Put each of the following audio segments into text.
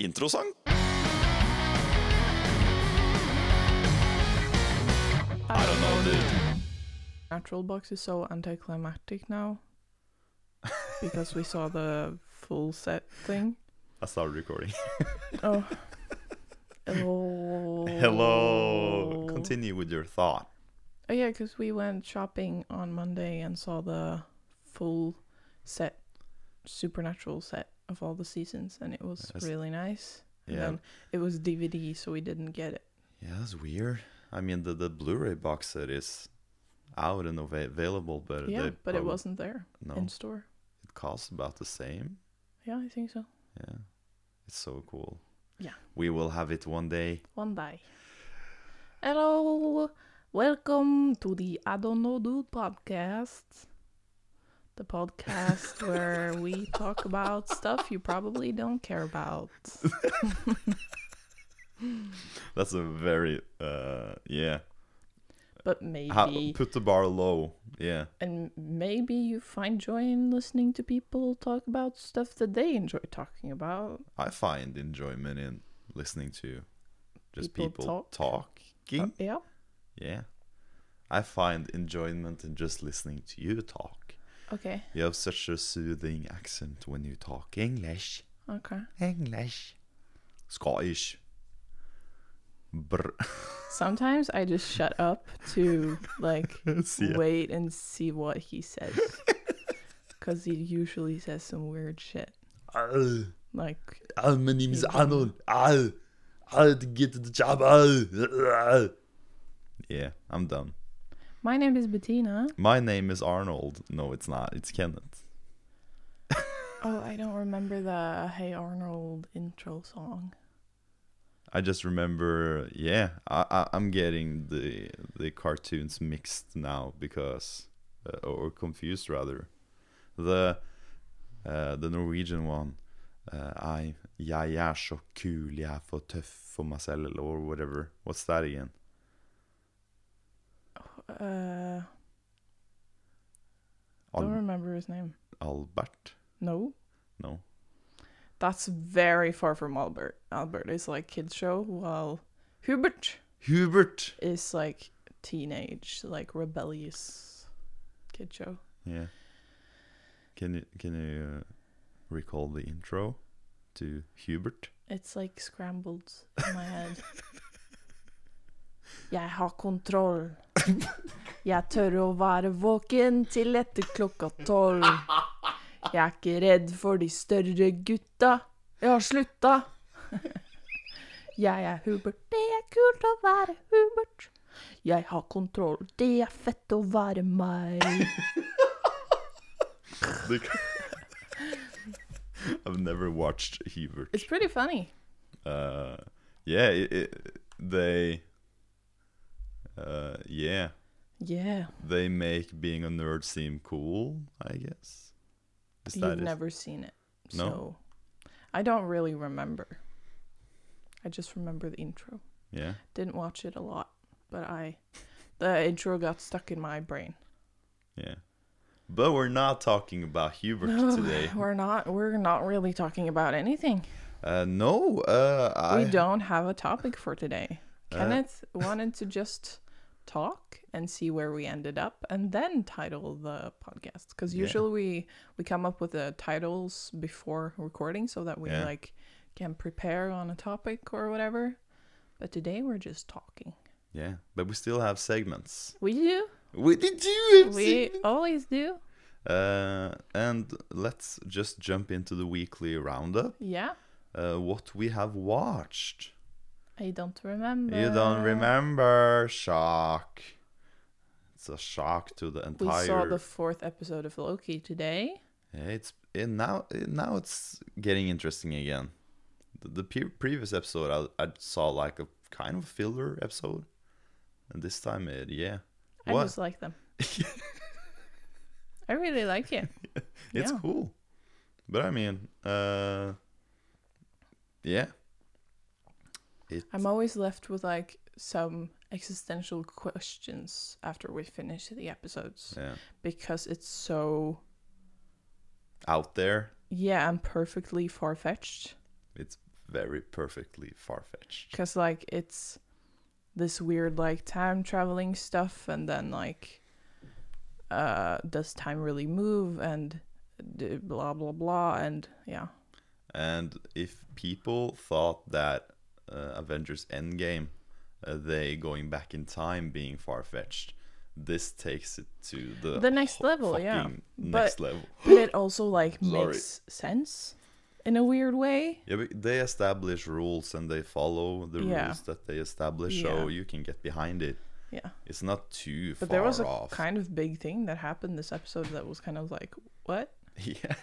introsang. I don't know, dude. Natural box is so anticlimactic now because we saw the full set thing. I started recording. Oh. Hello. Hello. Continue with your thought. Oh, yeah, because we went shopping on Monday and saw the full set, supernatural set of all the seasons, and it was Yes. really nice. And Yeah. then it was DVD, so we didn't get it. Yeah, that's weird. I mean, the, the Blu-ray box set is out and ava- available, but yeah, they but it prob- wasn't there No, in store. it costs about the same. Yeah, I think so. Yeah, it's so cool. Yeah. we will have it one day. One day. Hello, welcome to the I Don't Know Dude podcast. The podcast where we talk about stuff you probably don't care about. That's a very uh yeah. But maybe, How, put the bar low. Yeah. and maybe you find joy in listening to people talk about stuff that they enjoy talking about. I find enjoyment in listening to just people, People talking. Uh, yeah. yeah. I find enjoyment in just listening to you talk. Okay. You have such a soothing accent when you talk English. Okay. English. Scottish. Br. Sometimes I just shut up to like See ya. wait and see what he says. Because he usually says some weird shit. Arr, Like, arr, my name is Arnold. Arr, arr, to get to the job. Arr, arr. Yeah, I'm done. my name is Bettina. My name is Arnold. No, it's not. It's Kenneth. Oh, I don't remember the Hey Arnold intro song. I just remember, yeah, I, I, I'm getting the the cartoons mixed now because, uh, or confused rather, the uh, the Norwegian one, uh, I jeg er så kul, jeg er for tøff for meg selv, or whatever. What's that again? Uh, don't Al- remember his name. Albert? No, No. that's very far from Albert. Albert is like kids show, while Hubert Hubert. is like teenage, like rebellious kid show. Yeah. Can you can you uh, recall the intro to Hubert? It's like scrambled in my head. Jeg har kontroll. Jeg tør å være våken til etter klokka tolv. Jeg er ikke redd for de større gutta. Jeg har slutta. Jeg er Hubert. Det er kult å være Hubert. Jeg har kontroll. Det er fett å være meg. Look. I've never watched Hubert. It's pretty funny. Uh, yeah, it, it, they. Uh, yeah, Yeah. they make being a nerd seem cool. I guess. Is You've it? never seen it. No? So I don't really remember. I just remember the intro. Yeah. Didn't watch it a lot, but I the intro got stuck in my brain. Yeah. But we're not talking about Hubert today. We're not we're not really talking about anything. Uh, no. Uh, I Uh, we don't have a topic for today. Kenneth wanted to just talk and see where we ended up and then title the podcast because Yeah. usually we we come up with the titles before recording so that we Yeah. like can prepare on a topic or whatever but today we're just talking Yeah, but we still have segments. we do We did you have we segments? always do Uh, and let's just jump into the weekly roundup. yeah Uh, what we have watched. i don't remember You don't remember shock. It's a shock to the we entire. saw the fourth episode of loki today Yeah, it's it now. It, now it's getting interesting again. The, the pe- previous episode, I, I saw like a kind of filler episode, and this time it yeah. i What? just like them i really like it It's Yeah. cool. But I mean, uh yeah. It I'm always left with like some existential questions after we finish the episodes yeah. because it's so out there. yeah and perfectly far fetched. It's very perfectly far fetched. because like it's this weird like time traveling stuff and then like uh does time really move and d- blah blah blah and yeah And if people thought that uh, Avengers Endgame, uh, they going back in time being far fetched, this takes it to the The next ho- level, yeah. fucking But- next level. but it also like Sorry. makes sense in a weird way Yeah, but they establish rules and they follow the Yeah. rules that they establish, Yeah. so you can get behind it. yeah It's not too but far there was a off. kind of big thing that happened this episode that was kind of like what yeah,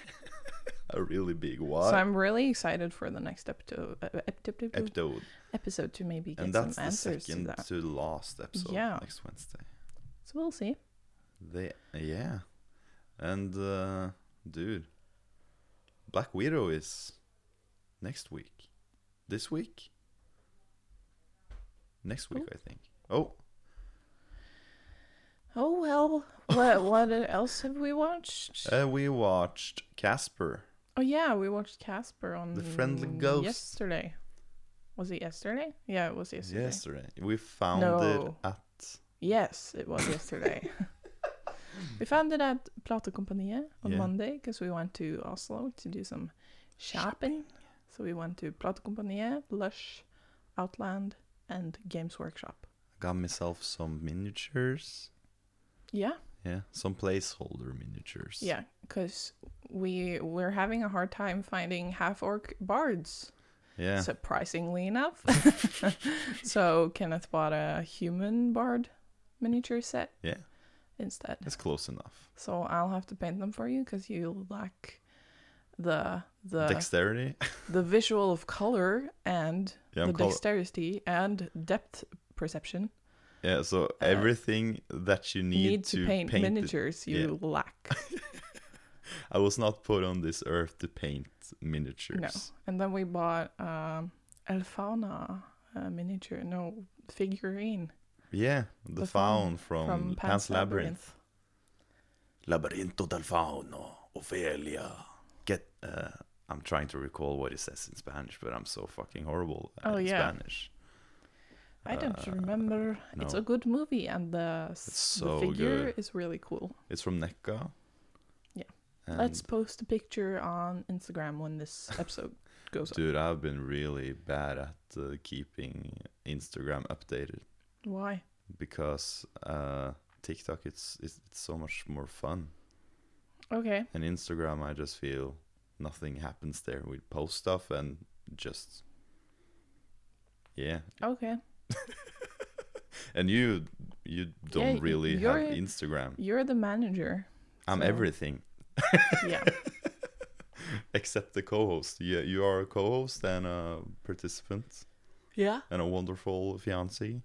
a really big one. so i'm really excited for the next uh, episode episode, episode, episode to maybe get and that's some the answers to second that to last episode Yeah. next Wednesday. so we'll see They yeah, and uh, dude, Black Widow is next week. This week. Next week, I think. Oh, Oh well, what what else have we watched? uh, we watched Casper. oh yeah, we watched Casper on The Friendly Ghost. yesterday. Was it yesterday? Yeah, it was yesterday. yesterday. We found No. it at Yes, it was yesterday. we found it at Platecompagniet on Yeah. Monday because we went to Oslo to do some shopping. So we went to Platecompagniet, Lush, Outland, and Games Workshop. got myself some miniatures. Yeah, Yeah, some placeholder miniatures. yeah, because we we're having a hard time finding half orc bards. Yeah. surprisingly enough. so Kenneth bought a human bard miniature set yeah. instead. That's close enough. So I'll have to paint them for you because you lack the the Dexterity. the visual of color and Yeah, the I'm col- dexterity and depth perception yeah, so everything that you you need, uh, need to, paint, it- miniatures you lack I was not put on this earth to paint miniatures. no and then we bought um elfauna uh, miniature no figurine Yeah, the, The faun faun from, from Pan's, Pan's Labyrinth. Labyrinto del fauno, Ophelia. Get. Uh, I'm trying to recall what it says in Spanish, but I'm so fucking horrible Oh, in yeah. Spanish. I don't Uh, remember. It's no. a good movie, and the, s- It's so the figure good. is really cool. It's from NECA. Yeah. And Let's post a picture on Instagram when this episode goes up. Dude, I've been really bad at uh, keeping Instagram updated Why? because uh, TikTok it's, it's it's so much more fun, Okay. and Instagram I just feel nothing happens there. We post stuff and just yeah, Okay. and you you don't Yeah, really have you're- Instagram. You're the manager. I'm so- everything Yeah. except the co-host. Yeah, you are a co-host and a participant yeah. and a wonderful fiancee.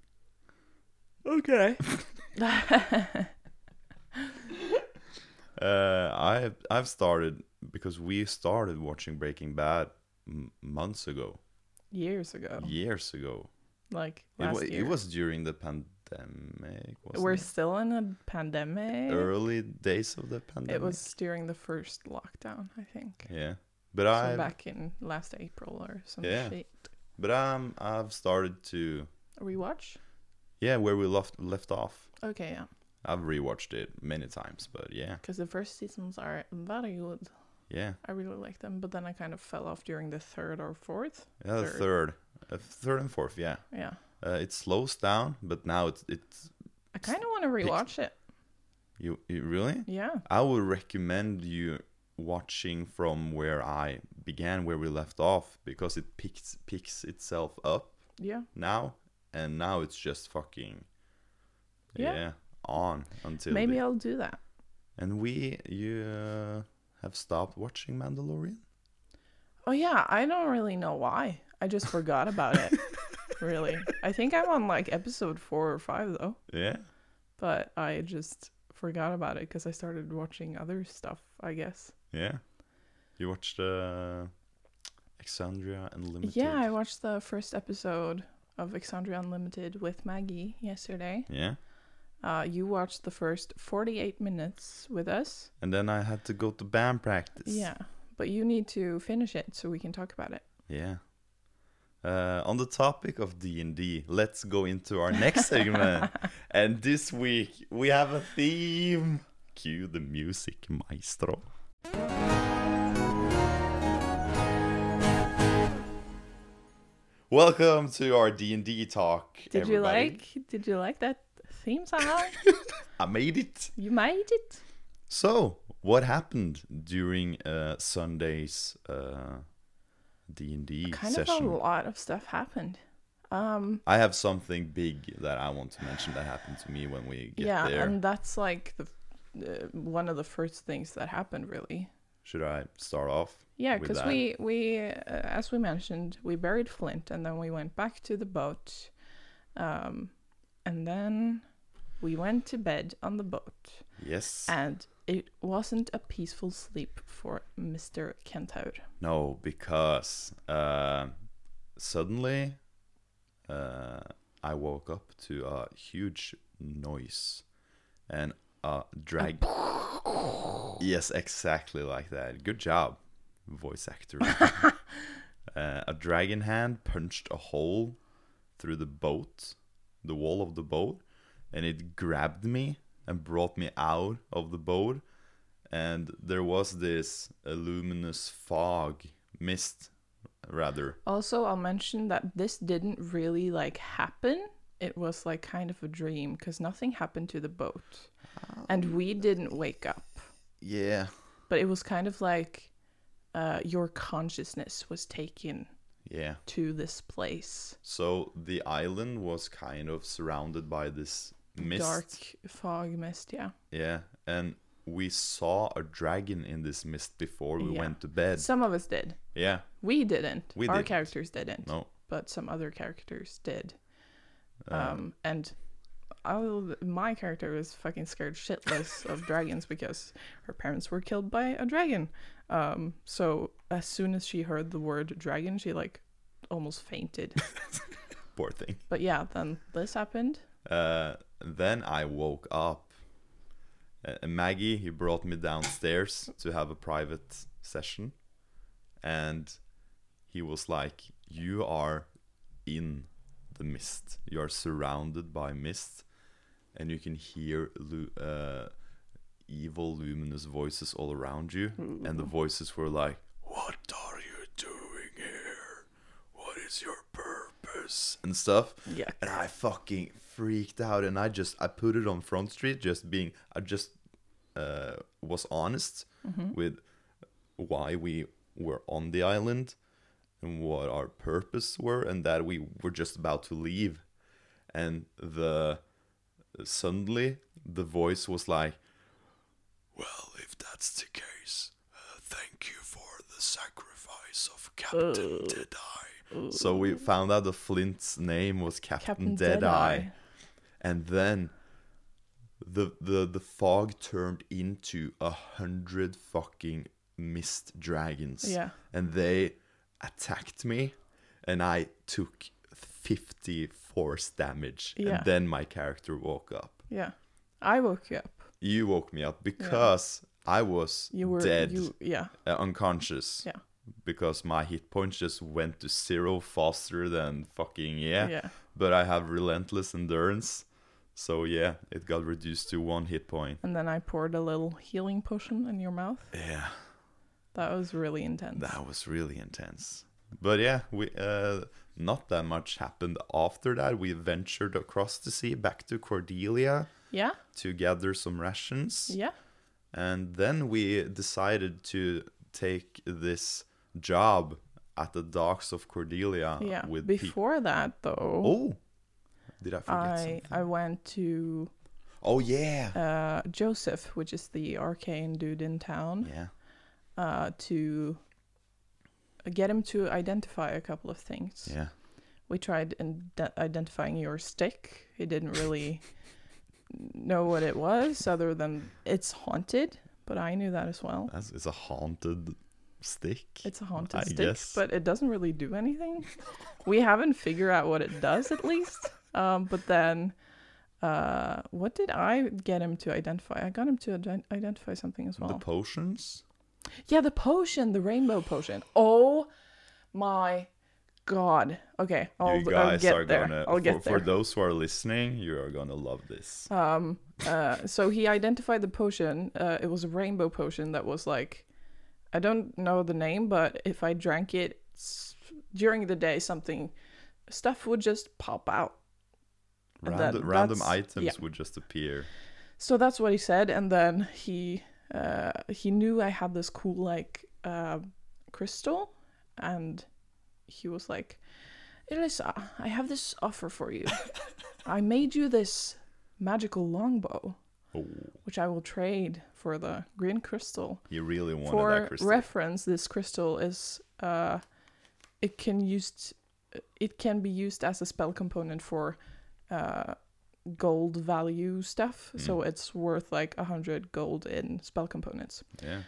Okay. Uh, I I've started because we started watching Breaking Bad m- months ago, Years ago, years ago. like It, Oh. last wa- year. it was during the pandemic. Wasn't We're it? still in a pandemic. early days of the pandemic. It was during the first lockdown, I think. yeah, but So I back in last April or some Yeah. shit. but um I've started to Rewatch. yeah where we left left off. Okay. Yeah. I've rewatched it many times, but yeah, Because the first seasons are very good. yeah, I really like them, but then I kind of fell off during the third or fourth. yeah the Third. third, uh, third and fourth, yeah. Yeah. Uh, it slows down, but now it's it's I kind of want to rewatch it. you, you really Yeah. I would recommend you watching from where I began, where we left off, because it picks picks itself up Yeah. now, and now it's just fucking yeah, Yeah. on until Maybe the- I'll do that. and we you uh, have stopped watching Mandalorian. Oh, yeah. I don't really know why. I just forgot about it. really. I think I'm on like episode four or five, though, Yeah, but I just forgot about it because I started watching other stuff, I guess. yeah. You watched uh, Exandria Unlimited. Yeah. I watched the first episode of Exandria Unlimited with Maggie yesterday. yeah. Uh, you watched the first 48 minutes with us. And then I had to go to band practice. Yeah, but you need to finish it so we can talk about it. Yeah. Uh, on the topic of D&D, let's go into our next segment. and this week we have a theme. Cue the music, maestro. Welcome to our D&D talk. Did everybody. you like? Did you like that theme somehow? I made it. you made it. So, what happened during uh, Sunday's uh, D&D Kind session? of a lot of stuff happened. Um, I have something big that I want to mention that happened to me when we get yeah, there. and that's like the uh, one of the first things that happened, really. Should I start off? Yeah, with because that? we we uh, as we mentioned, we buried Flint, and then we went back to the boat, um, and then we went to bed on the boat, yes, and it wasn't a peaceful sleep for Mister Kentaur. no, because uh, suddenly uh, I woke up to a huge noise and a drag. yes, exactly like that. Good job, voice actor. uh, a dragon hand punched a hole through the boat, the wall of the boat, and it grabbed me and brought me out of the boat. And there was this uh, luminous fog, mist, rather. Also, I'll mention that this didn't really like happen. It was like kind of a dream because nothing happened to the boat, Oh. and we didn't wake up. Yeah. But it was kind of like uh, your consciousness was taken Yeah. to this place. So the island was kind of surrounded by this mist. Dark fog mist, yeah. Yeah. And we saw a dragon in this mist before we Yeah. went to bed. Some of us did. yeah. We didn't. We Our didn't. characters didn't. No. Uh. But some other characters did. Um, and I'll, my character was fucking scared shitless of dragons because her parents were killed by a dragon. Um, so as soon as she heard the word dragon, she like almost fainted. Poor thing. but yeah, then this happened. Uh, then I woke up. Uh, Maggie, he brought me downstairs to have a private session. And he was like, You are in the mist. You are surrounded by mist. And you can hear lu- uh, evil, luminous voices all around you. And the voices were like, What are you doing here? What is your purpose? And stuff. Yuck. And I fucking freaked out and I just I put it on Front Street just being I just uh was honest with why we were on the island and what our purpose were and that we were just about to leave and the suddenly the voice was like well if that's the case uh, thank you for the sacrifice of captain deadeye so we found out that flint's name was captain, Captain deadeye. Deadeye. and then the the the fog turned into a hundred fucking mist dragons Yeah. and they attacked me and i took 50 force damage Yeah. and then my character woke up Yeah. I woke you up. you woke me up because i was You were dead you yeah. uh, unconscious Yeah. because my hit points just went to zero faster than fucking yeah. Yeah. But I have relentless endurance, so yeah, it got reduced to one hit point. And then I poured a little healing potion in your mouth. Yeah, That was really intense. that was really intense. But yeah, we uh, not that much happened after that. We ventured across the sea back to Cordelia Yeah, to gather some rations. yeah, And then we decided to take this job at the docks of Cordelia yeah. uh, with people. Before that, though, Oh, did I forget I something? I went to Oh yeah, uh, Joseph, which is the arcane dude in town, yeah, uh, to get him to identify a couple of things. yeah. We tried in- identifying your stick. He didn't really know what it was, other than it's haunted. But I knew that as well. That's, it's a haunted stick. It's a haunted I stick, guess. but it doesn't really do anything. we haven't figured out what it does, at least. Um, but then, uh, what did I get him to identify? I got him to ident- identify something as well. the potions. yeah, the potion, the rainbow potion. Oh my God. Okay, I'll, you I'll guys get are there. gonna I'll get for, there. for those who are listening, you are gonna love this. Um, uh, so he identified the potion. Uh, it was a rainbow potion that was like, I don't know the name, but if I drank it s- during the day, something stuff would just pop out. and Random, that- random that's- items yeah. would just appear. So that's what he said, and then he uh, he knew I had this cool like uh, crystal, and he was like, Elisa, I have this offer for you. I made you this magical longbow. Oh, which I will trade for the green crystal. you really wanted that For crystal. reference, this crystal is uh, it can used it can be used as a spell component for uh, gold value stuff. Hmm. So it's worth like a hundred gold in spell components. yeah.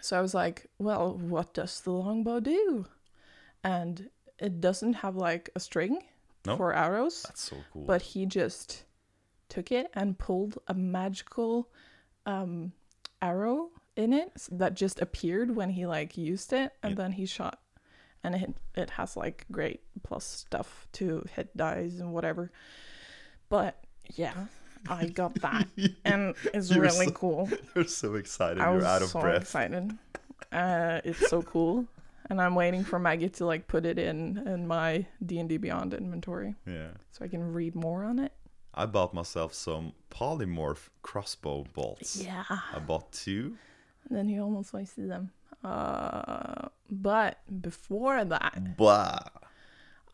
So I was like, well, what does the longbow do? And it doesn't have like a string No. for arrows. That's so cool. but he just took it and pulled a magical um, arrow in it s- that just appeared when he like used it and Yeah. then he shot and it, it has like great plus stuff to hit dies and whatever but yeah i got that and it's You're really so- cool You're so excited. i was You're out of so breath. excited uh, it's so cool and i'm waiting for maggie to like put it in in my d&d beyond inventory Yeah. so i can read more on it I bought myself some polymorph crossbow bolts. yeah I bought two. Then you almost wasted them. Uh, but before that, Blah.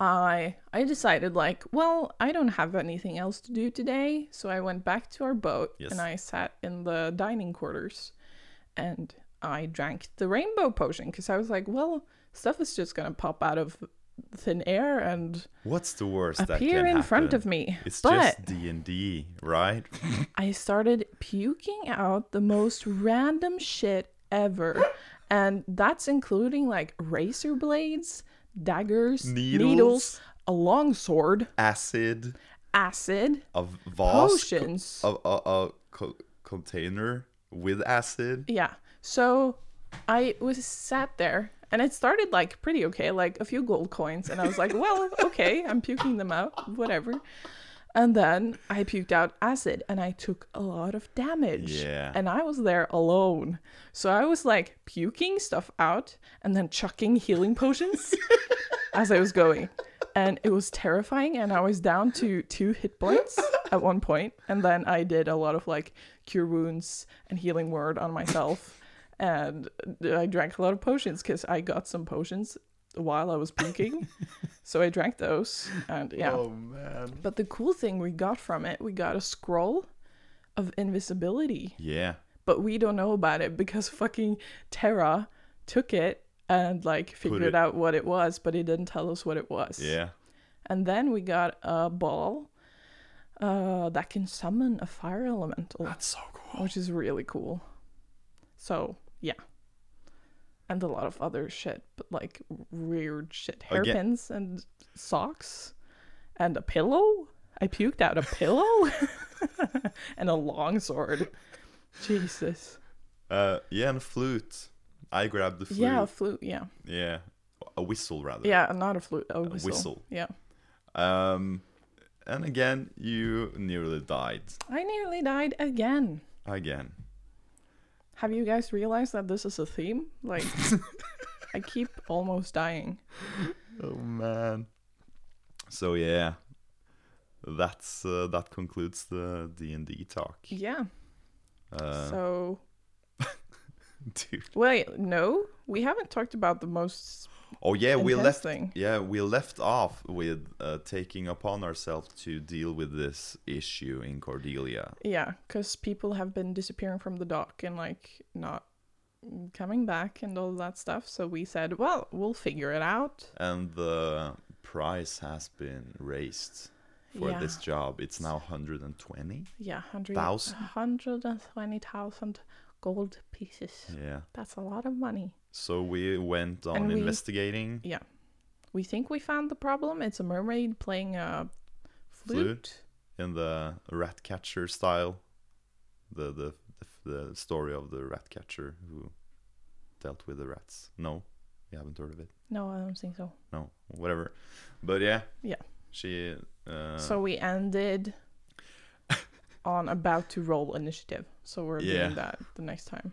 I I decided like, well, I don't have anything else to do today, so I went back to our boat Yes. and I sat in the dining quarters, and I drank the rainbow potion because I was like, well, stuff is just gonna pop out of thin air and What's the worst that can appear in front happen? of me. It's but just D and D, right? I started puking out the most random shit ever. And that's including like razor blades, daggers, needles, Needles. a long sword, Acid, acid, a vast co- potions. a, a, a co- container with acid. Yeah. So I was sat there and it started like pretty okay, like a few gold coins. And I was like, well, okay, I'm puking them out, whatever. And then I puked out acid and I took a lot of damage. Yeah. And I was there alone. So I was like puking stuff out and then chucking healing potions as I was going. And it was terrifying. And I was down to two hit points at one point. And then I did a lot of like cure wounds and healing word on myself. And I drank a lot of potions because I got some potions while I was puking. so I drank those. And yeah. Oh man. But the cool thing we got from it, we got a scroll of invisibility Yeah. but we don't know about it because fucking Terra took it and like figured it- out what it was, but he didn't tell us what it was. Yeah. And then we got a ball uh, that can summon a fire elemental, That's so cool. which is really cool. So yeah, and a lot of other shit, but like weird shit, Again- hairpins and socks, and a pillow. I puked out a pillow and a long sword. Jesus. Uh, yeah, and a flute. I grabbed the flute. Yeah, a flute. Yeah, Yeah. A whistle rather. yeah, not a flute. A whistle. whistle. Yeah, Um, and again, you nearly died. I nearly died again. Again. Have you guys realized that this is a theme? Like, I keep almost dying. Oh man. So yeah, that's uh, that concludes the D and D talk. Yeah. Uh, so dude. wait, no, we haven't talked about the most. Oh yeah, we Intense left. thing. Yeah, we left off with uh, taking upon ourselves to deal with this issue in Cordelia. Yeah, because people have been disappearing from the dock and like not coming back and all that stuff. So we said, well, we'll figure it out. and the price has been raised for Yeah. this job. It's now 120. Yeah, hundred Thousand? hundred and twenty thousand gold pieces. Yeah. That's a lot of money. So we went on And we- investigating. Yeah. We think we found the problem. It's a mermaid playing a flute. Flute? in the rat catcher style. The the the, the story of the rat catcher who dealt with the rats. No, You haven't heard of it? No, I don't think so. No, whatever. But yeah. Yeah. She. Uh, so we ended on about to roll initiative. So we're Yeah. doing that the next time.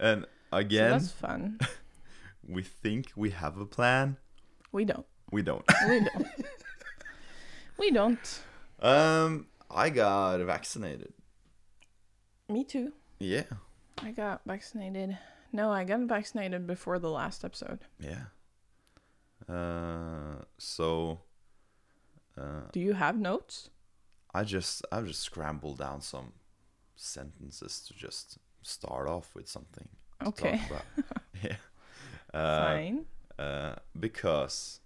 and So again, that's fun. we think we have a plan. We don't. We don't. We don't. we don't. um, I got vaccinated. Me too. Yeah. I got vaccinated. No, I got vaccinated before the last episode. Yeah. Uh, so. Uh, Do you have notes? I just I just scrambled down some sentences to just start off with something. to talk Okay. about. yeah. Uh, Fine. uh, because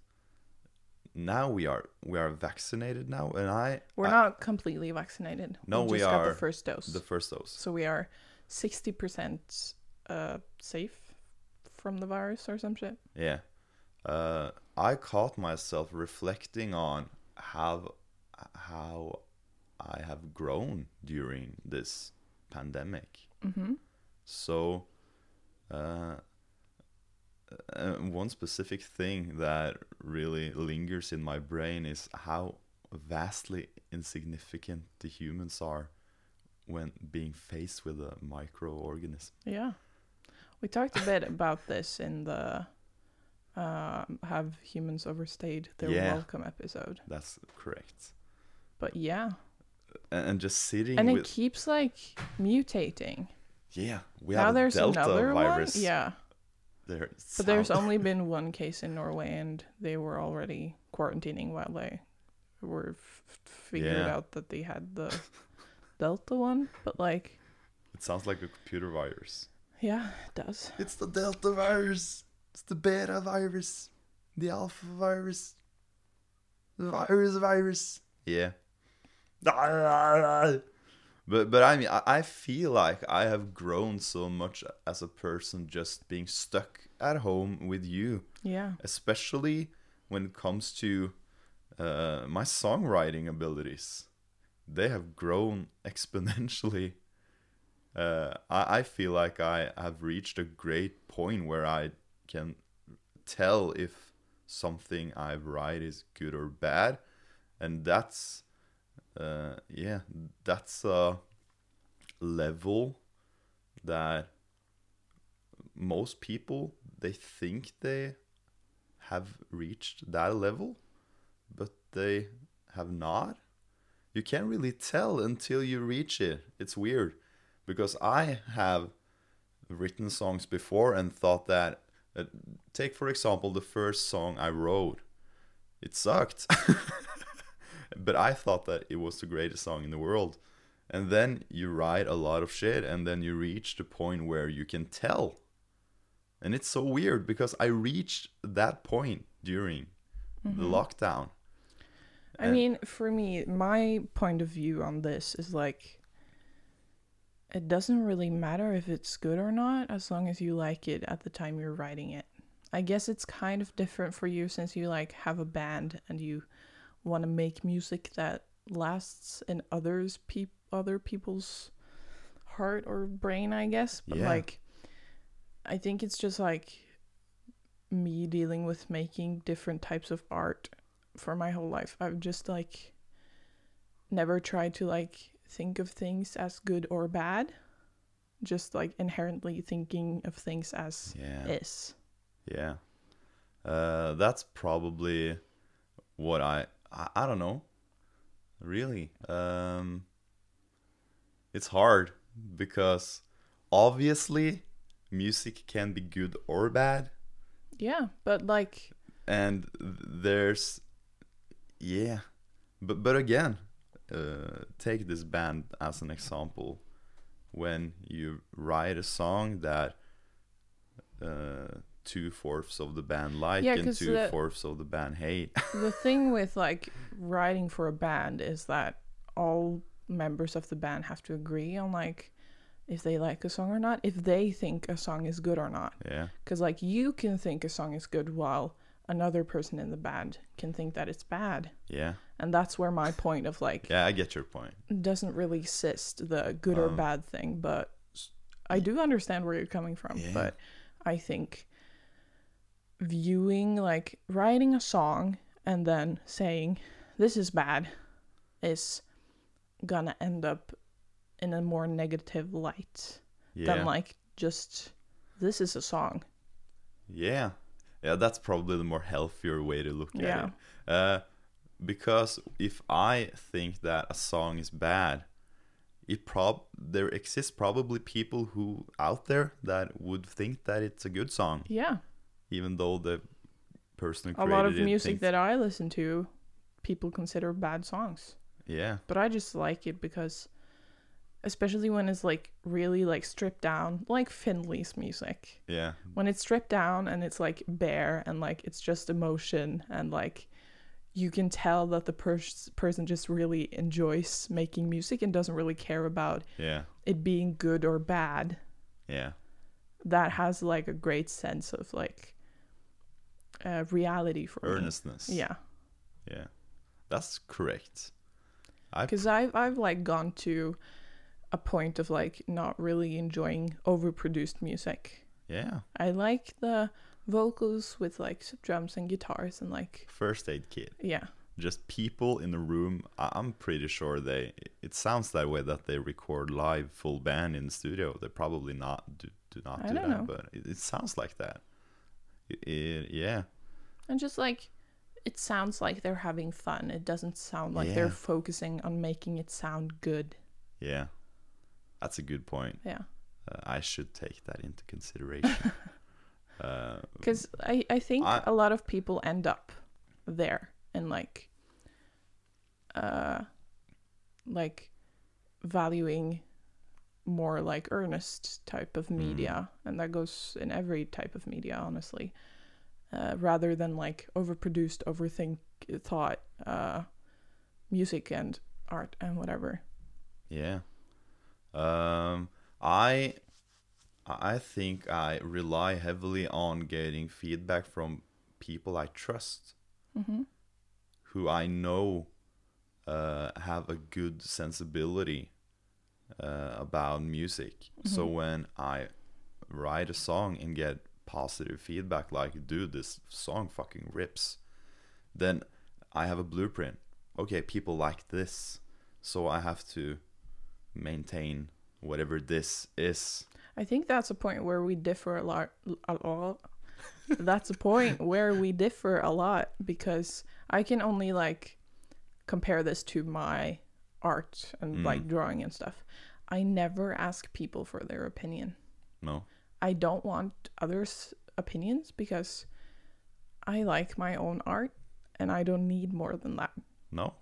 now we are we are vaccinated now, and I We're I- not completely vaccinated. No, we just got are the first dose. the first dose. so we are 60% uh, safe from the virus or some shit. Yeah. Uh, I caught myself reflecting on how how I have grown during this pandemic. Mm-hmm. So, uh, uh, one specific thing that really lingers in my brain is how vastly insignificant the humans are when being faced with a microorganism. Yeah. We talked a bit about this in the um, Have Humans Overstayed Their Yeah. Welcome episode. That's correct. But yeah. And, and just sitting And it with keeps like mutating. yeah, we now have a there's Delta another virus. one. Yeah. there. But there's only been one case in Norway, and they were already quarantining while they were f- f- figured Yeah. out that they had the Delta one. But like, it sounds like a computer virus. yeah, it does. It's the Delta virus. It's the Beta virus. The Alpha virus. The virus virus. Yeah. But but I mean I, I feel like I have grown so much as a person just being stuck at home with you, Yeah, especially when it comes to uh, my songwriting abilities. They have grown exponentially uh, I, I feel like I have reached a great point where I can tell if something I write is good or bad, and that's uh, yeah, that's a level that most people they think they have reached that level, but they have not. You can't really tell until you reach it. It's weird because I have written songs before and thought that uh, take for example the first song I wrote it sucked but I thought that it was the greatest song in the world and then you write a lot of shit and then you reach the point where you can tell and it's so weird because I reached that point during the lockdown Mm-hmm. I mean, for me, my point of view on this is like, it doesn't really matter if it's good or not, as long as you like it at the time you're writing it. I guess it's kind of different for you since you like have a band and you want to make music that lasts in others peop other people's heart or brain, I guess. But Yeah. like, I think it's just like me dealing with making different types of art for my whole life. I've just like never tried to like think of things as good or bad. Just like inherently thinking of things as yeah is. Yeah. Uh, that's probably what I, I I don't know. Really. Um it's hard because obviously music can be good or bad Yeah, but like and there's yeah. But but again, uh take this band as an example when you write a song that uh, two fourths of the band like Yeah, and 'cause uh, two the- fourths of the band hate. the thing with like writing for a band is that all members of the band have to agree on like if they like a song or not, if they think a song is good or not. yeah, Because, like, you can think a song is good while another person in the band can think that it's bad. yeah, And that's where my point of, like, yeah. I get your point. doesn't really exist the good Uh-huh. or bad thing. But I do understand where you're coming from. Yeah. But I think viewing like writing a song and then saying this is bad is gonna end up in a more negative light Yeah. than like just this is a song. Yeah. Yeah, that's probably the more healthier way to look Yeah. at it. Uh, because if I think that a song is bad, it prob there exists probably people who out there that would think that it's a good song, Yeah. even though the person who A created lot of it music thinks- that I listen to people consider bad songs. yeah, But I just like it because especially when it's like really like stripped down, like Finley's music. yeah, when it's stripped down and it's like bare and like it's just emotion and like you can tell that the pers- person just really enjoys making music and doesn't really care about yeah, it being good or bad yeah, that has like a great sense of like uh, reality for earnestness. me yeah yeah, that's correct. I because I've, I've like gone to a point of like not really enjoying overproduced music yeah, i like the vocals with like drums and guitars and like first aid kit. yeah just people in the room I- i'm pretty sure they it sounds that way that they record live full band in the studio they probably not do, do not I do don't that know. but it, it sounds like that It- it- yeah And just like it sounds like they're having fun. It doesn't sound like Yeah. they're focusing on making it sound good. yeah that's a good point Yeah. uh, i should take that into consideration uh, Cuz I I think I- a lot of people end up there and like uh like valuing more like earnest type of media and that goes in every type of media honestly uh, rather than like overproduced overthink thought uh music and art and whatever Yeah. Um, I I think I rely heavily on getting feedback from people I trust, who I know uh, have a good sensibility uh, about music. So when I write a song and get positive feedback, like "Dude, this song fucking rips," then I have a blueprint. Okay, people like this, so I have to maintain whatever this is. I think that's a point where we differ a lot. A lot. that's a point where we differ a lot because I can only like compare this to my art and like drawing and stuff. I never ask people for their opinion. No. I don't want others' opinions because I like my own art and I don't need more than that No.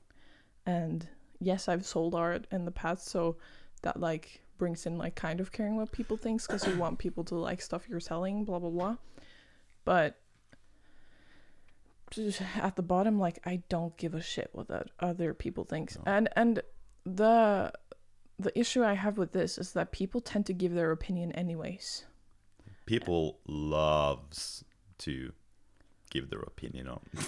and yes i've sold art in the past so that like brings in like kind of caring what people thinks because you want people to like stuff you're selling blah blah blah but just at the bottom like i don't give a shit what that other people thinks and and the the issue i have with this is that people tend to give their opinion anyways People loves to give their opinion on.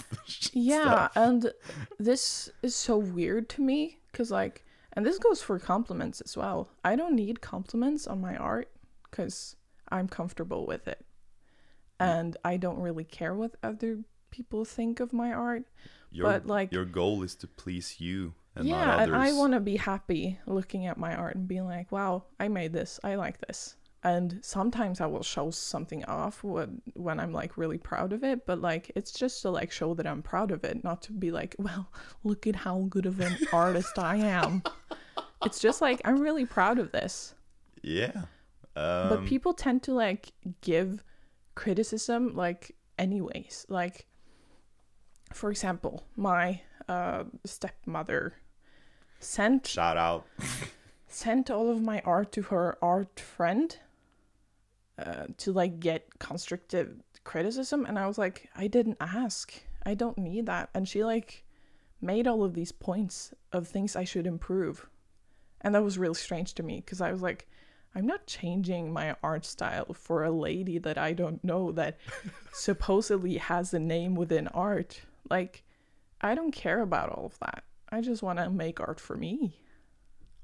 yeah stuff. and this is so weird to me because like and this goes for compliments as well i don't need compliments on my art because i'm comfortable with it and i don't really care what other people think of my art Your, but, like- your goal is to please you and not yeah others. and i want to be happy looking at my art and being like wow i made this i like this and sometimes i will show something off when, when i'm like really proud of it but like it's just to like show that i'm proud of it not to be like well look at how good of an artist i am it's just like i'm really proud of this yeah. Um, but people tend to like give criticism like anyways like for example my uh stepmother sent shout out. sent all of my art to her art friend uh, to like get constructive criticism and i was like i didn't ask i don't need that and she like made all of these points of things i should improve and that was really strange to me because i was like i'm not changing my art style for a lady that i don't know that supposedly has a name within art like i don't care about all of that i just want to make art for me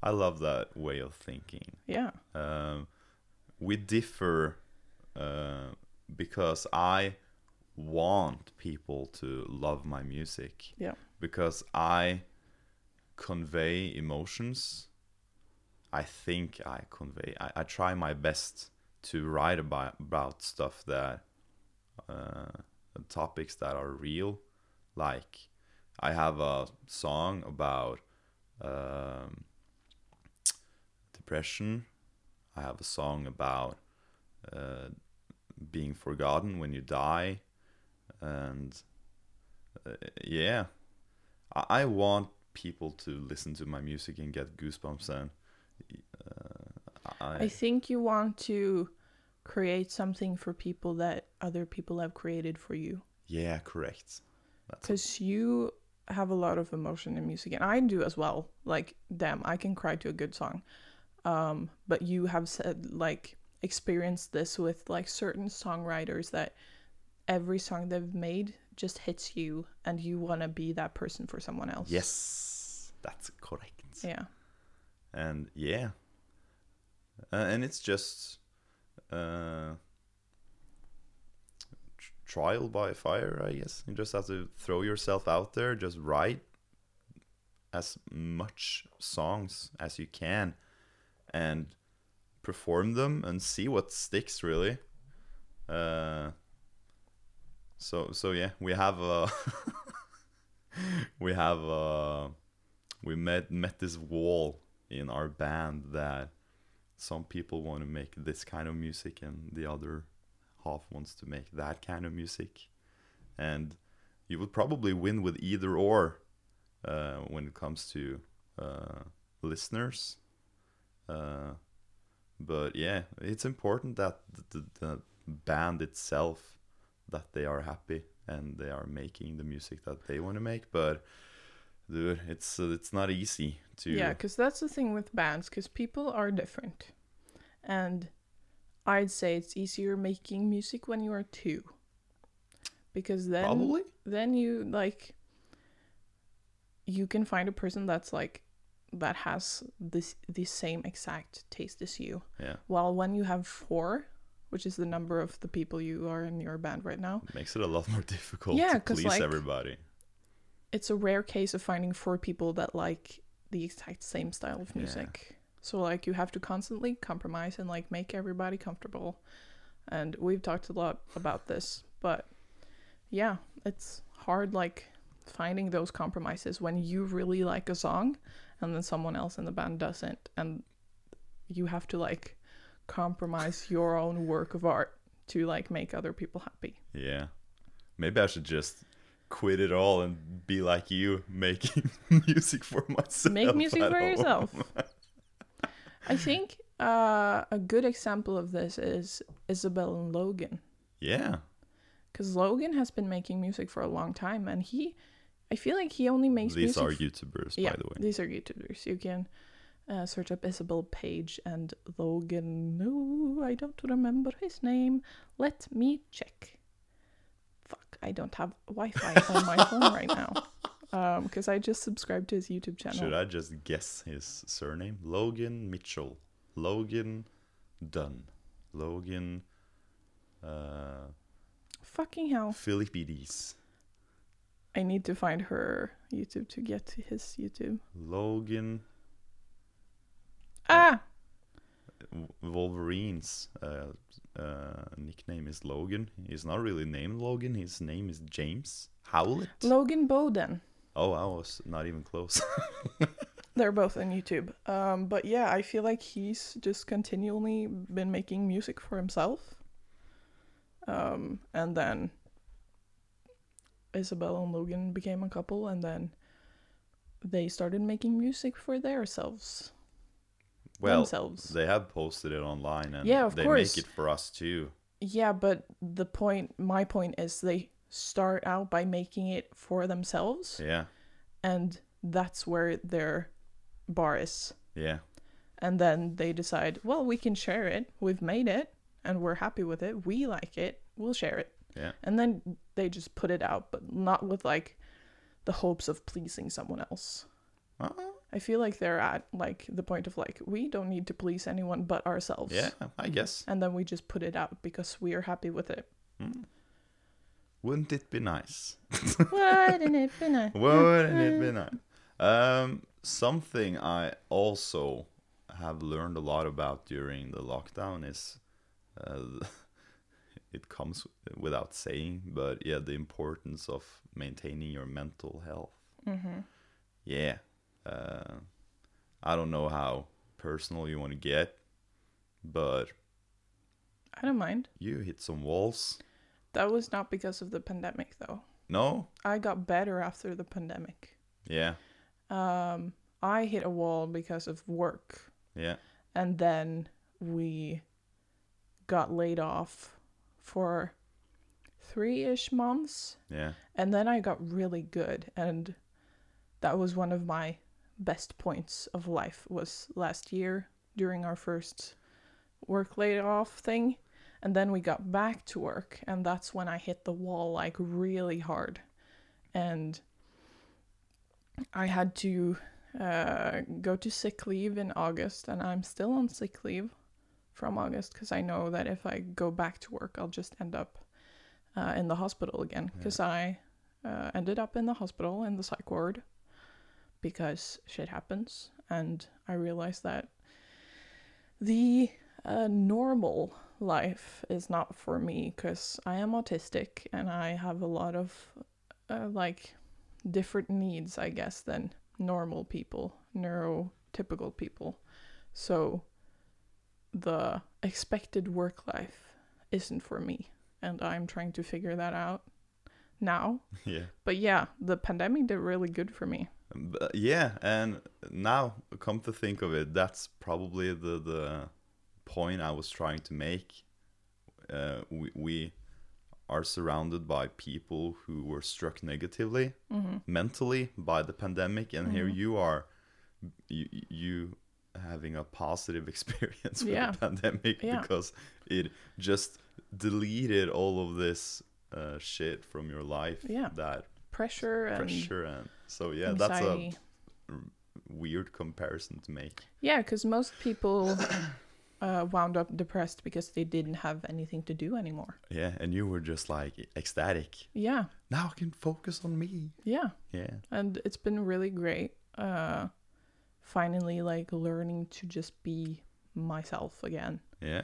I love that way of thinking. yeah Um, we differ uh, because I want people to love my music Yeah. because I convey emotions. I think I convey. I, I try my best to write about about stuff that uh, topics that are real. Like I have a song about um, depression. I have a song about uh, being forgotten when you die, and uh, yeah, I, I want people to listen to my music and get goosebumps and. Uh, I, I think you want to create something for people that other people have created for you. yeah, correct. That's Because you have a lot of emotion in music, and I do as well. Like, damn, I can cry to a good song. Um, but you have said, like, experienced this with, like, certain songwriters that every song they've made just hits you, and you want to be that person for someone else. yes, that's correct. Yeah. and yeah uh, and it's just uh tr- trial by fire i guess you just have to throw yourself out there just write as much songs as you can and perform them and see what sticks really uh so so yeah we have a we have a we met met this wall in our band that some people want to make this kind of music and the other half wants to make that kind of music and you would probably win with either or uh, when it comes to uh, listeners uh, but yeah it's important that the, the band itself that they are happy and they are making the music that they want to make but dude it's uh, it's not easy to Yeah, because that's the thing with bands, because people are different. And I'd say it's easier making music when you are two. Because then probably then you like you can find a person that's like that has this the same exact taste as you. yeah While when you have four, which is the number of the people you are in your band right now, makes it a lot more difficult Yeah, to 'cause, please like- everybody. it's a rare case of finding four people that like the exact same style of Yeah. music. So like you have to constantly compromise and like make everybody comfortable. And we've talked a lot about this, but yeah, it's hard like finding those compromises when you really like a song and then someone else in the band doesn't and you have to like compromise your own work of art to like make other people happy. Yeah. Maybe I should just quit it all and be like you, making music for myself. Make music at for home. yourself. I think uh, a good example of this is Isabel and Logan, Yeah. because Logan has been making music for a long time, and he, I feel like he only makes These music. are YouTubers, yeah, by the way. these are YouTubers. You can uh, search up Isabel Page and Logan. No, I don't remember his name. Let me check. Fuck, I don't have Wi-Fi on my phone right now, because I just subscribed to his YouTube channel. Should I just guess his surname? Logan Mitchell. Logan Dunn. Logan uh, Fucking hell. Philippides. I need to find her YouTube to get to his YouTube. Logan Ah, W- Wolverine's uh, uh, nickname is Logan. He's not really named Logan. His name is James Howlett. Logan Bowden. oh, I was not even close. They're both on YouTube. Um, but yeah, I feel like he's just continually been making music for himself. Um, and then Isabel and Logan became a couple, and then they started making music for themselves. well, themselves. they have posted it online, and Yeah, of they course. make it for us too. Yeah, but the point, my point is, they start out by making it for themselves. Yeah, and that's where their bar is. yeah, And then they decide, well, we can share it. We've made it and we're happy with it. We like it. We'll share it. Yeah. And then they just put it out, but not with like the hopes of pleasing someone else. Uh, I feel like they're at like the point of like, we don't need to please anyone but ourselves. yeah. I guess. And then we just put it out because we are happy with it. Wouldn't it be nice? Wouldn't it be nice? Wouldn't it be nice? Um, something I also have learned a lot about during the lockdown is, uh, it comes without saying, but yeah, the importance of maintaining your mental health. Yeah, uh, I don't know how personal you want to get, but I don't mind. you hit some walls. That was not because of the pandemic, though. No, I got better after the pandemic. yeah, Um, I hit a wall because of work, yeah, and then we got laid off for three ish months, yeah, and then I got really good, and that was one of my best points of life was last year during our first work laid off thing and then we got back to work and that's when i hit the wall like really hard and i had to uh, go to sick leave in august and i'm still on sick leave from august because i know that if i go back to work i'll just end up uh, in the hospital again because i uh, ended up in the hospital in the psych ward because shit happens and i realized that the uh, normal life is not for me because i am autistic and i have a lot of uh, like different needs i guess than normal people neurotypical people so the expected work life isn't for me and i'm trying to figure that out now yeah. but yeah the pandemic did really good for me But yeah, and now come to think of it, that's probably the the point I was trying to make. Uh, we we are surrounded by people who were struck negatively Mm-hmm. mentally by the pandemic, and here you are, you you having a positive experience with Yeah. the pandemic Yeah. because it just deleted all of this uh, shit from your life. Yeah. that pressure and pressure and so yeah, that's anxiety. a weird comparison to make. Yeah, because most people uh, wound up depressed because they didn't have anything to do anymore. Yeah, and you were just like ecstatic. Yeah, Now I can focus on me. yeah, Yeah. and it's been really great. Uh, finally, like learning to just be myself again, Yeah.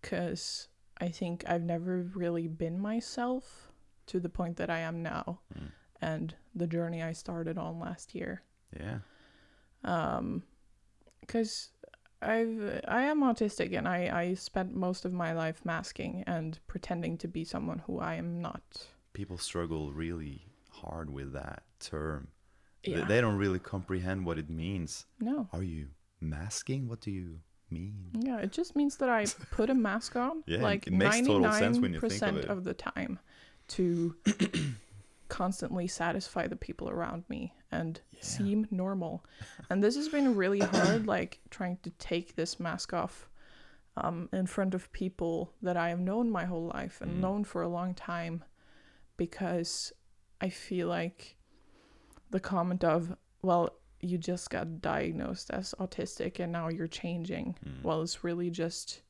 because I think I've never really been myself to the point that I am now, Mm. and the journey I started on last year. Yeah. um because i've i am autistic and i i spent most of my life masking and pretending to be someone who i am not People struggle really hard with that term. They- Yeah. They, don't really comprehend what it means. no Are you masking? What do you mean? yeah it just means that i put a mask on Yeah, like it makes total sense when you think of 99% it. of the time to constantly satisfy the people around me and seem normal and this has been really hard like trying to take this mask off um, in front of people that I have known my whole life Mm. and known for a long time because I feel like the comment of, well, you just got diagnosed as autistic and now you're changing. Mm. Well, it's really just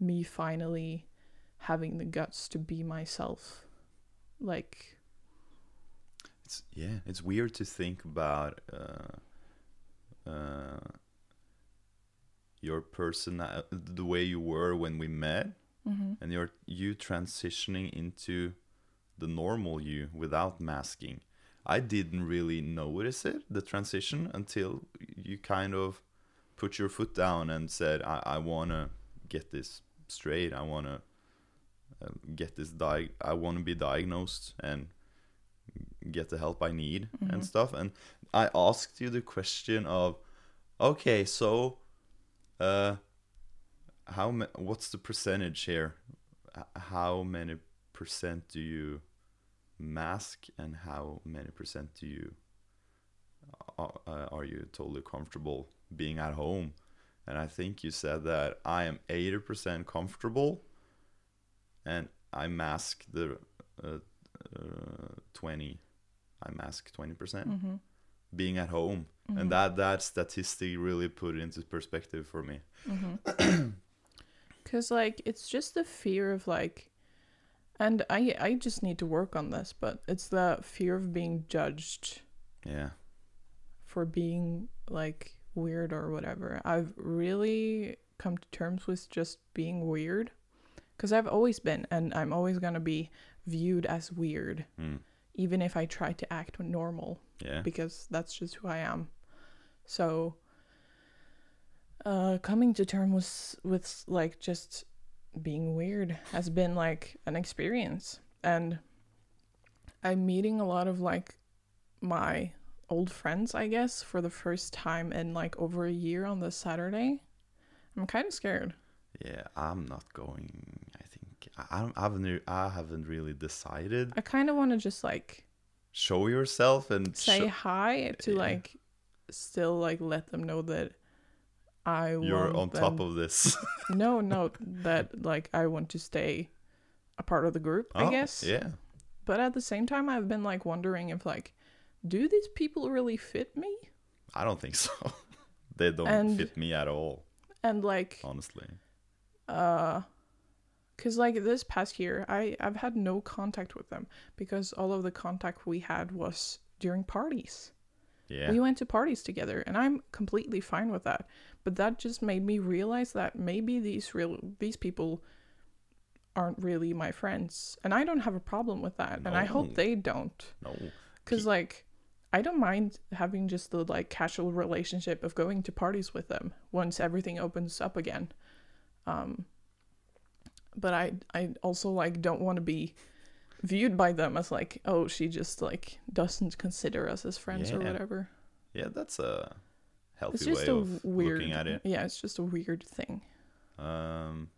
me finally having the guts to be myself. Like, It's yeah, it's weird to think about uh, uh, your person, uh, the way you were when we met, and your you transitioning into the normal you without masking. I didn't really notice it the transition until you kind of put your foot down and said, "I, I want to get this straight. I want to." get this di- I want to be diagnosed and get the help I need and stuff. And I asked you the question of, okay, so, uh, how ma- what's the percentage here? H- How many percent do you mask, and how many percent do you are, uh, are you totally comfortable being at home? And I think you said that I am eighty percent comfortable, and I mask the uh, uh, twenty. I mask twenty percent Mm-hmm. being at home, and that that statistic really put it into perspective for me. Because, like, it's just the fear of, like, And I I just need to work on this, but it's the fear of being judged Yeah. for being like weird or whatever. I've really come to terms with just being weird because I've always been and I'm always going to be viewed as weird Mm. even if I try to act normal Yeah. because that's just who I am. So uh coming to terms with, with like just being weird has been like an experience and I'm meeting a lot of like my old friends, I guess, for the first time in like over a year on this Saturday. I'm kind of scared. Yeah. I'm not going. I think I, I don't- I haven't. re- I haven't really decided. I kind of want to just like Show yourself and say sho- hi to Yeah. like still like let them know that I you're want on them top of this. No, no, that like I want to stay a part of the group, I Oh, guess. Yeah. But at the same time, I've been like wondering if like, do these people really fit me? I don't think so. they don't And- fit me at all, And like, honestly. uh, cause like this past year, I I've had no contact with them because all of the contact we had was during parties. Yeah. We went to parties together, and I'm completely fine with that. But that just made me realize that maybe these real these people aren't really my friends, and I don't have a problem with that, and I hope No. they don't, no. because like. I don't mind having just the like casual relationship of going to parties with them once everything opens up again. Um but I I also like don't want to be viewed by them as like oh she just like doesn't consider us as friends or Yeah. whatever Yeah, that's a healthy it's just way a of weird looking at it. yeah it's just a weird thing Um,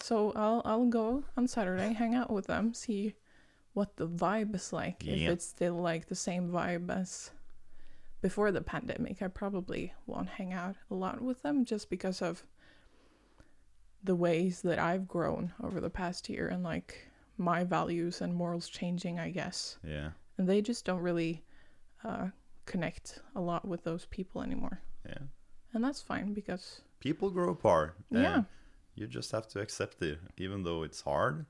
so i'll i'll go on saturday hang out with them see what the vibe is like Yeah. if it's still like the same vibe as before the pandemic i probably won't hang out a lot with them just because of the ways that i've grown over the past year and like my values and morals changing i guess yeah, and they just don't really uh, connect a lot with those people anymore yeah. and that's fine because People grow apart. and Yeah. you just have to accept it, even though it's hard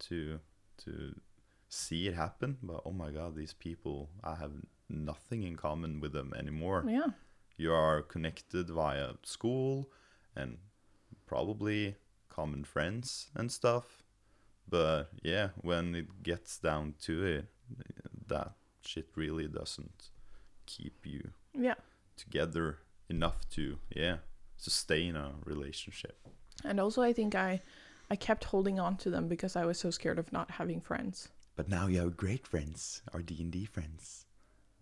to to see it happen. But oh my god, these people, I have nothing in common with them anymore. yeah You are connected via school and probably common friends and stuff. But yeah, when it gets down to it, that shit really doesn't keep you Yeah. together enough to, yeah, sustain a relationship. And also I think I I kept holding on to them because I was so scared of not having friends. But now you have great friends, our D&D friends.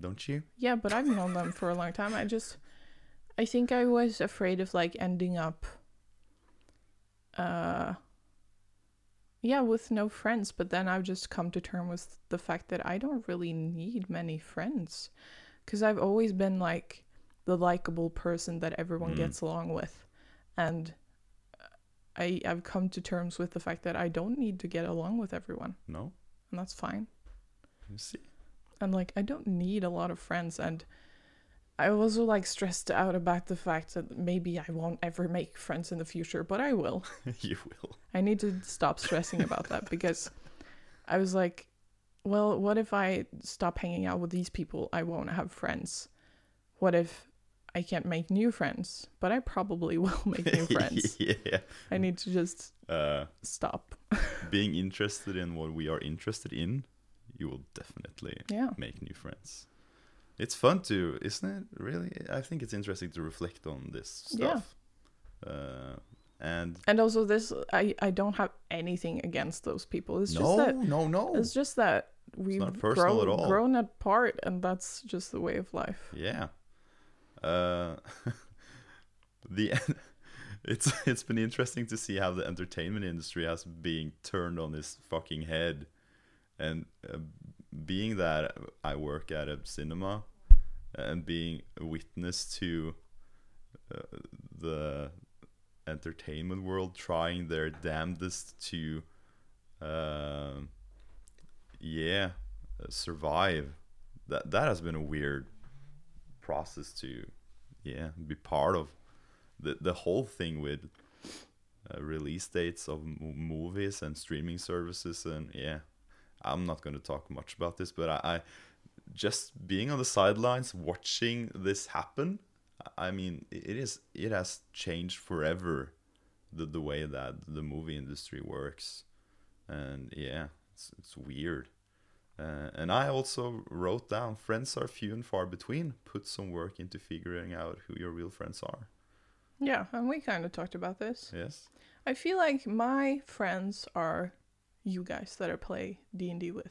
Don't you? Yeah, but I've known them for a long time. I just I think I was afraid of like ending up uh yeah, with no friends, but then I've just come to terms with the fact that I don't really need many friends cuz I've always been like the likable person that everyone Mm. gets along with. And uh, I I've come to terms with the fact that I don't need to get along with everyone, No? and that's fine You see? and like I don't need a lot of friends and I was like stressed out about the fact that maybe I won't ever make friends in the future, but I will. you will. I need to stop stressing about that because I was like, well, what if I stop hanging out with these people? I won't have friends. What if I can't make new friends? But I probably will make new friends. yeah. I need to just Uh, stop. being interested in what we are interested in, you will definitely Yeah. make new friends. It's fun to, isn't it? Really, I think it's interesting to reflect on this Yeah. stuff. Uh, and And also this I I don't have anything against those people. It's just no, that no, no. It's just that we've Oh. not personal grown, at all. grown apart, and that's just the way of life. Yeah. Uh, the en- it's it's been interesting to see how the entertainment industry has being turned on its fucking head, and uh, being that I work at a cinema, and being a witness to uh, the entertainment world trying their damnedest to, um yeah, uh, survive. That that has been a weird process to yeah be part of the the whole thing with uh, release dates of m- movies and streaming services and yeah i'm not going to talk much about this but I, I just being on the sidelines watching this happen I- i mean i- it is it has changed forever the, the way that the movie industry works and yeah it's, it's weird uh, and I also wrote down friends are few and far between. Put some work into figuring out who your real friends are. Yeah, and we kind of talked about this. Yes. I feel like my friends are you guys that I play D and D with,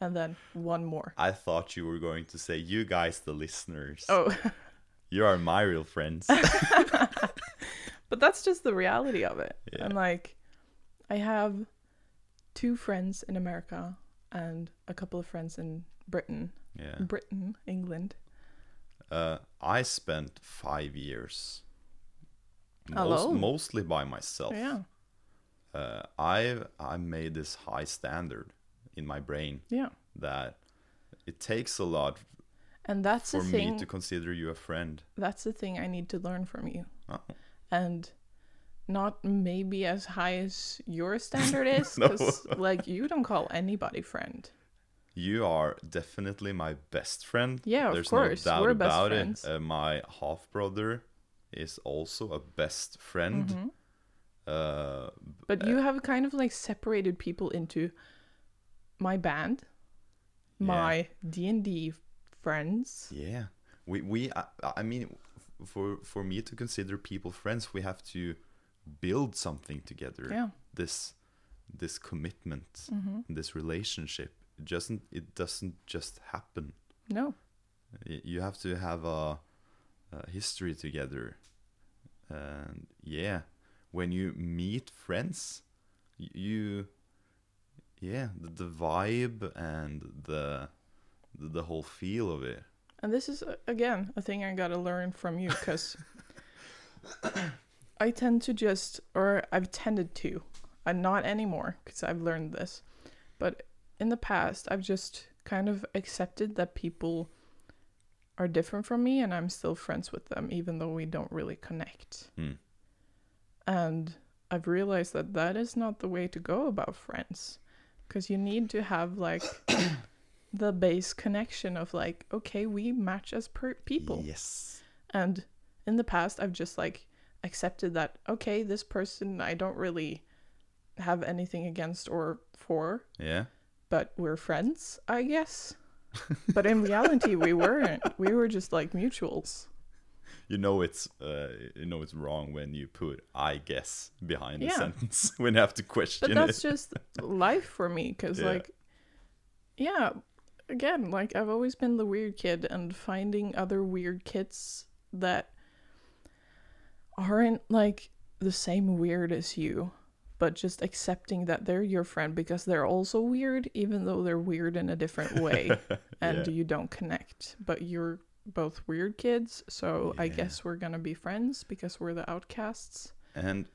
and then one more. I thought you were going to say, you guys, the listeners. Oh, You are my real friends. but that's just the reality of it. Yeah. And like, I have two friends in America and a couple of friends in Britain, yeah. Britain, England. Uh, I spent five years most, Alone. mostly by myself. Oh, Yeah, Uh, I've I made this high standard in my brain yeah. that it takes a lot And that's for the thing. me to consider you a friend. That's the thing I need to learn from you. Oh. and not maybe as high as your standard is No. 'cause, like you don't call anybody friend You are definitely my best friend. Yeah, of There's course. no doubt We're best about friends. it. Uh, my half brother is also a best friend. Mm-hmm. Uh, but you have kind of like separated people into my band Yeah. my d&d friends yeah, we we I, I mean, for for me to consider people friends, we have to build something together. Yeah. Mm-hmm. This this commitment, this relationship, it doesn't it doesn't just happen. no Y- you have to have a, a history together and yeah when you meet friends y- you yeah the, the vibe and the the the whole feel of it and this is uh, again a thing i gotta learn from you because i tend to just or i've tended to and not anymore because i've learned this but in the past i've just kind of accepted that people are different from me and i'm still friends with them even though we don't really connect Hmm. and i've realized that that is not the way to go about friends because you need to have like the base connection of like okay we match as per- people yes and in the past, I've just like accepted that, okay, this person I don't really have anything against or for, yeah but we're friends, I guess. but in reality, we weren't. We were just like mutuals. you know it's uh, you know it's wrong when you put i guess behind a Yeah. sentence when you have to But question that's it just life for me because, Yeah. like, yeah, again, like I've always been the weird kid, and finding other weird kids that aren't like the same weird as you, but just accepting that they're your friend because they're also weird, even though they're weird in a different way, and Yeah. you don't connect, but you're both weird kids, so I Yeah. guess we're gonna be friends because we're the outcasts. and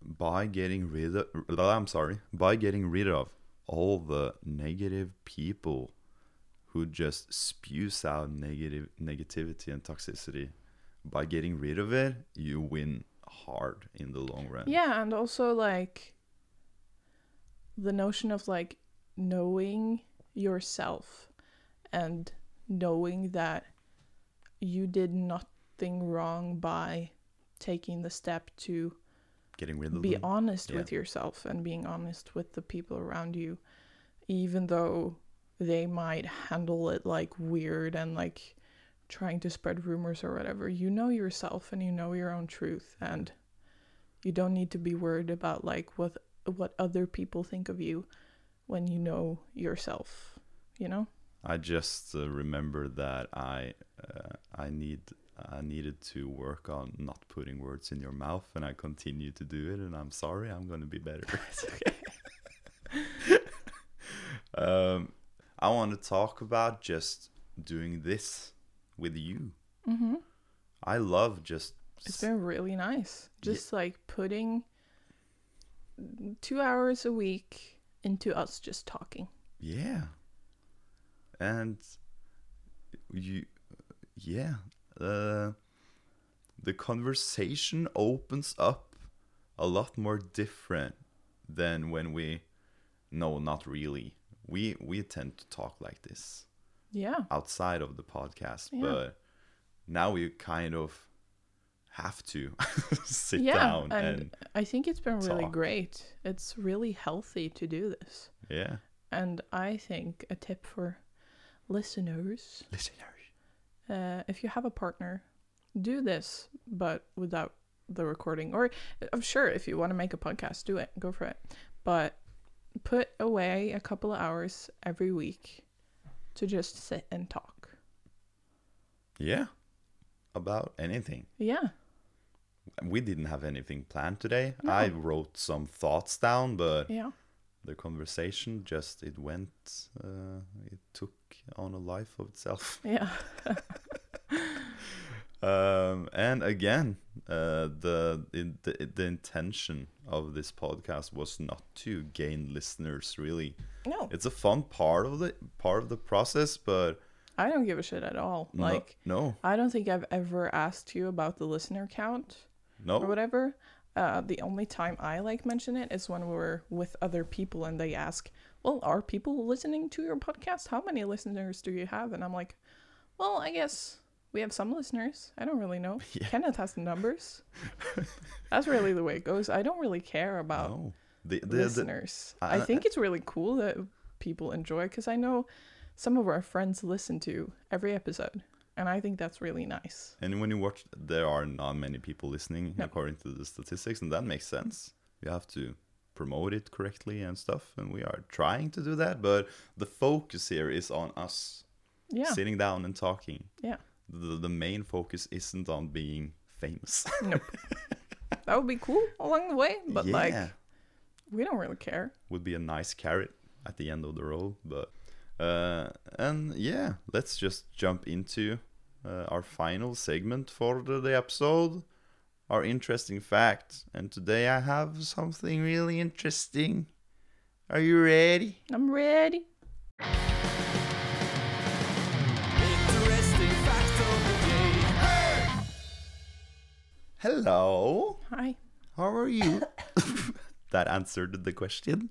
by getting rid of uh, i'm sorry by getting rid of all the negative people who just spews out negative negativity and toxicity by getting rid of it you win hard in the long run Yeah, and also like the notion of like knowing yourself and knowing that you did nothing wrong by taking the step to getting rid of be them honest Mm-hmm. Yeah. with yourself and being honest with the people around you even though they might handle it like weird and like trying to spread rumors or whatever you know yourself and you know your own truth and you don't need to be worried about like what what other people think of you when you know yourself you know i just uh, remember that i uh, i need i needed to work on not putting words in your mouth and i continue to do it and i'm sorry i'm going to be better um, I want to talk about just doing this with you. mm-hmm. I love just It's been really nice. Ye- Just like putting two hours a week into us just talking. yeah, and you yeah. Uh, the conversation opens up a lot more different than when we no not really we we tend to talk like this Yeah. outside of the podcast Yeah. but now we kind of have to sit yeah. down and, and I think it's been really talk. great. It's really healthy to do this. yeah And I think a tip for listeners listeners uh, if you have a partner, do this, but without the recording. Or I'm sure if you want to make a podcast, do it, go for it. But put away a couple of hours every week to just sit and talk. Yeah. About anything. Yeah. We didn't have anything planned today. No. I wrote some thoughts down, but Yeah. the conversation just it went uh, it took on a life of itself. Yeah. Um, and again, uh, the, in- the the intention of this podcast was not to gain listeners really. No, It's a fun part of the part of the process, but I don't give a shit at all. no- Like, no, I don't think I've ever asked you about the listener count no, or whatever. Uh, the only time I like mention it is when we're with other people and they ask, "Well, are people listening to your podcast? How many listeners do you have?" And I'm like, "Well, I guess we have some listeners. I don't really know. Yeah. Kenneth has the numbers. That's really the way it goes. I don't really care about no. The, the, uh, the, listeners. I- I think it's really cool that people enjoy because I know some of our friends listen to every episode, and I think that's really nice. And when you watch, there are not many people listening No. according to the statistics, and that makes sense. You have to promote it correctly and stuff, and we are trying to do that. But the focus here is on us Yeah, sitting down and talking. yeah. The, the main focus isn't on being famous. Nope. that would be cool along the way, but like Yeah. we don't really care. would be a nice carrot at the end of the road. But uh, and yeah, let's just jump into uh, our final segment for the, the episode. Our interesting fact, and today I have something really interesting. Are you ready? I'm ready. Interesting fact of the day. Hello, Hi. how are you? that answered the question.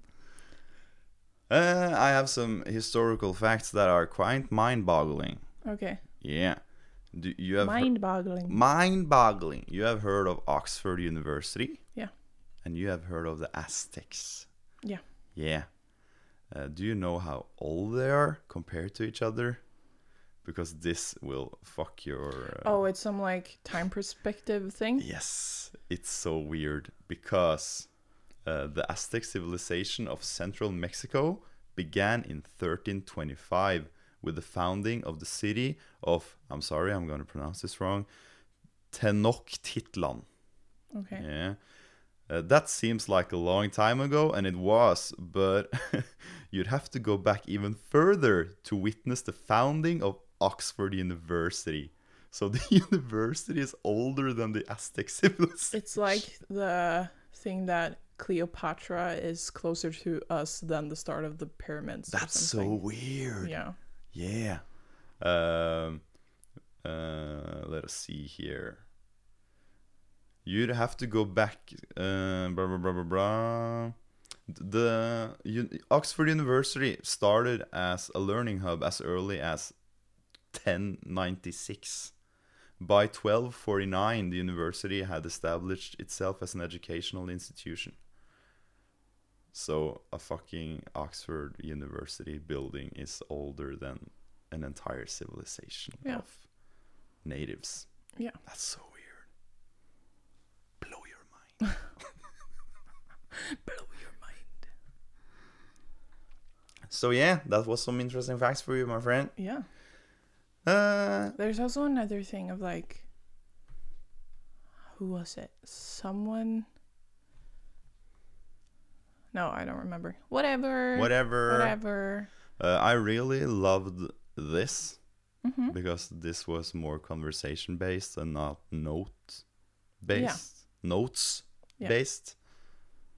Uh, I have some historical facts that are quite mind-boggling. Okay. Yeah, do you have heard- Mind-boggling. mind boggling. You have heard of Oxford University Yeah. and you have heard of the Aztecs. Yeah. Yeah. Uh, do you know how old they are compared to each other? Because this will fuck your. Uh, Oh, it's some like time perspective thing. Yes, it's so weird because uh, the Aztec civilization of central Mexico began in 1325 with the founding of the city of, I'm sorry, I'm going to pronounce this wrong, Tenochtitlan. Okay. Yeah. Uh, that seems like a long time ago, and it was, but you'd have to go back even further to witness the founding of Oxford University. So the university is older than the Aztec civilization. It's like the thing that Cleopatra is closer to us than the start of the pyramids. or That's so something. weird. Yeah. Yeah. Um, uh, let us see here. You'd have to go back. Uh, blah, blah, blah, blah, blah. The un- Oxford University started as a learning hub as early as 1096. By 1249, the university had established itself as an educational institution. So a fucking Oxford University building is older than an entire civilization Yeah. of natives. Yeah. That's so weird. Blow your mind. Blow your mind. so yeah, that was some interesting facts for you, my friend. Yeah. Uh, There's also another thing of like, who was it? Someone. No, I don't remember. Whatever. whatever. Whatever. Uh, I really loved this because this was more conversation based and not note based. Notes Yeah. based.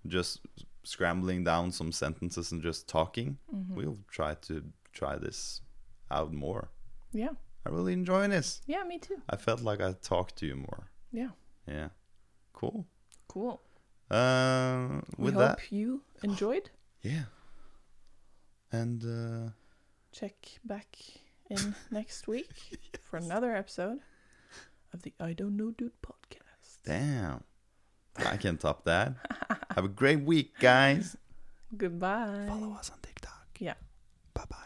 Just scrambling down some sentences and just talking. We'll try to try this out more. Yeah. I really enjoy this. Yeah, me too. I felt like I talked to you more. Yeah. Yeah. Cool. Cool. Uh, We with hope that, you enjoyed. yeah. And uh, Check back in next week for another episode of the I Don't Know Dude podcast. damn, I can top that. Have a great week, guys. Goodbye. Follow us on TikTok. Yeah. Bye bye.